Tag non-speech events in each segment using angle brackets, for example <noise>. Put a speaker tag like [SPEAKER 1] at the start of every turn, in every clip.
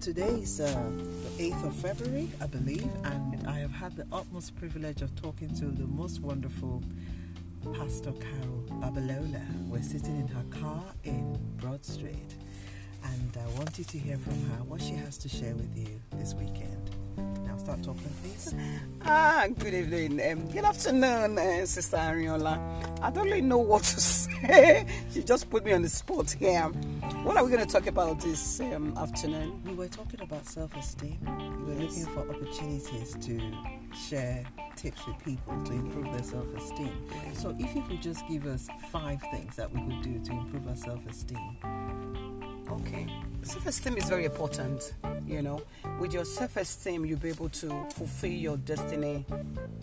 [SPEAKER 1] today is uh, the 8th of February, I believe, and I have had the utmost privilege of talking to the most wonderful Pastor Carol Babalola. We're sitting in her car in Broad Street, and I wanted to hear from her what she has to share with you this weekend. Now, start talking, please.
[SPEAKER 2] Ah, good evening. Um, good afternoon, uh, Sister Ariola. I don't really know what to <laughs> say. she just put me on the spot here. What are we going to talk about this um, afternoon?
[SPEAKER 1] We were talking about self esteem. We were looking for opportunities to share tips with people to improve their self esteem. So, if you could just give us five things that we could do to improve our self esteem.
[SPEAKER 2] Okay. Self esteem is very important. You know, with your self esteem, you'll be able to fulfill your destiny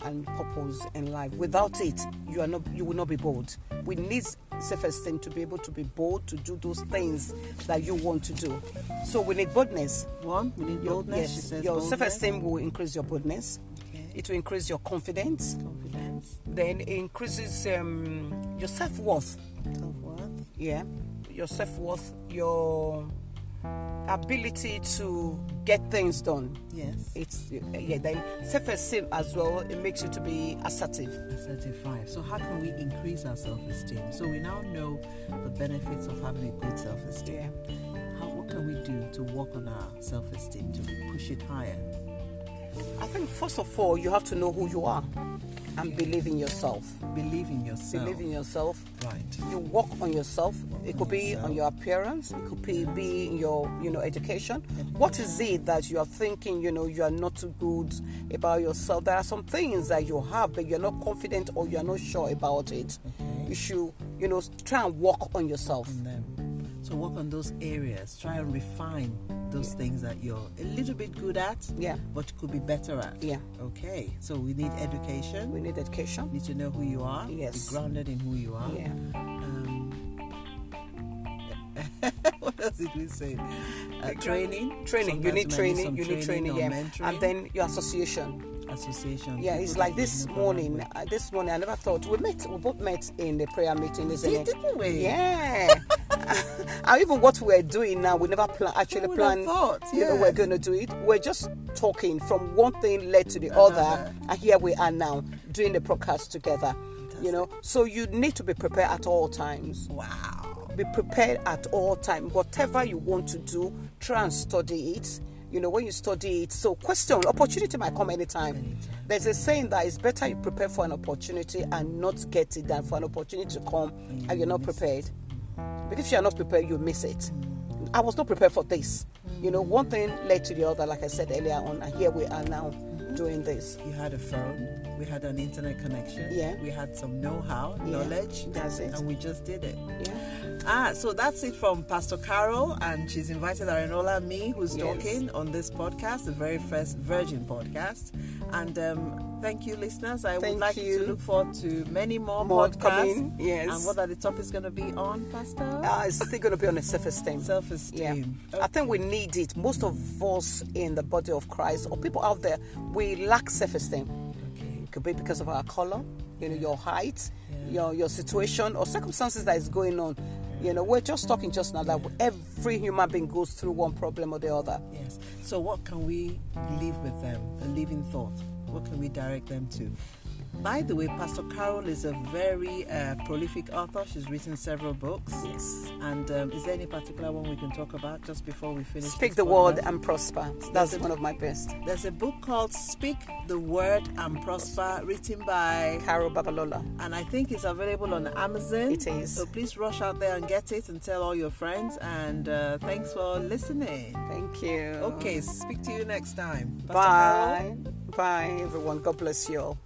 [SPEAKER 2] and purpose in life. Without it, you are not, you will not be bold. We need self esteem to be able to be bold to do those things that you want to do. So we need boldness.
[SPEAKER 1] One, we need
[SPEAKER 2] Your-
[SPEAKER 1] boldness.
[SPEAKER 2] yes,
[SPEAKER 1] she says
[SPEAKER 2] your
[SPEAKER 1] boldness.
[SPEAKER 2] self esteem will increase your boldness.
[SPEAKER 1] Okay.
[SPEAKER 2] It will increase your confidence.
[SPEAKER 1] Confidence,
[SPEAKER 2] Then it increases um, your self worth.
[SPEAKER 1] self worth.
[SPEAKER 2] yeah your self-worth your ability to get things done
[SPEAKER 1] Yes.
[SPEAKER 2] it's yeah then self-esteem as well it makes you to be assertive
[SPEAKER 1] 35. So, how can we increase our self esteem? So, we now know the benefits of having a good self esteem. How, what can we do to work on our self esteem to push it higher?
[SPEAKER 2] i think first of all you have to know who you are and believe in yourself
[SPEAKER 1] Believe in yourself.
[SPEAKER 2] believe in yourself
[SPEAKER 1] Right.
[SPEAKER 2] you work on yourself it could be
[SPEAKER 1] Yourself.
[SPEAKER 2] on your appearance it could be, be in your you know education what is it that you are thinking you know you are not too good about yourself there are some things that you have but you're not confident or you're not sure about it
[SPEAKER 1] Okay.
[SPEAKER 2] you should you know try and work on yourself
[SPEAKER 1] And then, so, work on those areas. Try and refine those things that you're a little bit good at,
[SPEAKER 2] Yeah.
[SPEAKER 1] but could be better at.
[SPEAKER 2] Yeah.
[SPEAKER 1] Okay. So, we need education.
[SPEAKER 2] we need education
[SPEAKER 1] need to know who you are.
[SPEAKER 2] Yes.
[SPEAKER 1] Be grounded in who you are.
[SPEAKER 2] Yeah.
[SPEAKER 1] Um, <laughs> what else did we say? Uh, training.
[SPEAKER 2] training you
[SPEAKER 1] Sometimes
[SPEAKER 2] need
[SPEAKER 1] might
[SPEAKER 2] training
[SPEAKER 1] some
[SPEAKER 2] you need training,
[SPEAKER 1] or
[SPEAKER 2] yeah
[SPEAKER 1] mentoring.
[SPEAKER 2] and then your association
[SPEAKER 1] association.
[SPEAKER 2] yeah
[SPEAKER 1] People
[SPEAKER 2] it's
[SPEAKER 1] that
[SPEAKER 2] like
[SPEAKER 1] you
[SPEAKER 2] this
[SPEAKER 1] know about.
[SPEAKER 2] morning uh, this morning i never thought we met we both met in the prayer meeting isn't
[SPEAKER 1] Did-
[SPEAKER 2] it
[SPEAKER 1] didn't we?
[SPEAKER 2] yeah <laughs> and even what we're doing now we never plan actually
[SPEAKER 1] Who would have
[SPEAKER 2] plan
[SPEAKER 1] thought?
[SPEAKER 2] you know
[SPEAKER 1] Yeah.
[SPEAKER 2] we're going to do it we're just talking from one thing led to the
[SPEAKER 1] Another.
[SPEAKER 2] other and here we are now doing the podcast together you know so you need to be prepared at all times
[SPEAKER 1] Wow.
[SPEAKER 2] be prepared at all time whatever you want to do try and study it you know when you study it so question opportunity might come anytime, there's a saying that it's better you prepare for an opportunity and not get it than for an opportunity to come and you're not prepared because if you're not prepared you miss it i was not prepared for this you know one thing led to the other like i said earlier on and here we are now doing this
[SPEAKER 1] You had a phone. We had an internet connection.
[SPEAKER 2] Yeah.
[SPEAKER 1] We had some know-how,
[SPEAKER 2] Yeah.
[SPEAKER 1] knowledge.
[SPEAKER 2] That's it.
[SPEAKER 1] And we just did it.
[SPEAKER 2] yeah
[SPEAKER 1] Ah, so that's it from Pastor Carol, and she's invited Arenola, me, who's
[SPEAKER 2] Yes.
[SPEAKER 1] talking on this podcast, the very first Virgin podcast. And um, thank you, listeners. I would
[SPEAKER 2] Thank
[SPEAKER 1] like you
[SPEAKER 2] you.
[SPEAKER 1] to look forward to many more,
[SPEAKER 2] More
[SPEAKER 1] podcasts.
[SPEAKER 2] coming, yes.
[SPEAKER 1] And what are the topics going to be on, Pastor?
[SPEAKER 2] uh, it's still going to be on the self-esteem
[SPEAKER 1] Self-esteem.
[SPEAKER 2] Yeah. I think we need it. Most of us in the body of Christ or people out there, we lack self esteem.
[SPEAKER 1] Oh, Okay.
[SPEAKER 2] It could be because of our color, you know, your height,
[SPEAKER 1] Yeah.
[SPEAKER 2] your your situation or circumstances that is going on. You know, we're just talking just now that every human being goes through one problem or the other.
[SPEAKER 1] Yes. So, what can we leave with them? A living thought. What can we direct them to? By the way, Pastor Carol is a very uh, prolific author. She's written several books.
[SPEAKER 2] Yes.
[SPEAKER 1] And um, is there any particular one we can talk about just before we finish?
[SPEAKER 2] Speak
[SPEAKER 1] this
[SPEAKER 2] the word
[SPEAKER 1] podcast?
[SPEAKER 2] and prosper.
[SPEAKER 1] That's
[SPEAKER 2] That's
[SPEAKER 1] it.
[SPEAKER 2] one of my best.
[SPEAKER 1] There's a book called Speak the Word and Prosper, written by,
[SPEAKER 2] Carol Babalola.
[SPEAKER 1] and I think it's available on Amazon.
[SPEAKER 2] It is.
[SPEAKER 1] So please rush out there and get it and tell all your friends. And uh, thanks for listening.
[SPEAKER 2] Thank you.
[SPEAKER 1] Okay, speak to you next time. Pastor Carol?
[SPEAKER 2] Bye. Bye, everyone. God bless you all.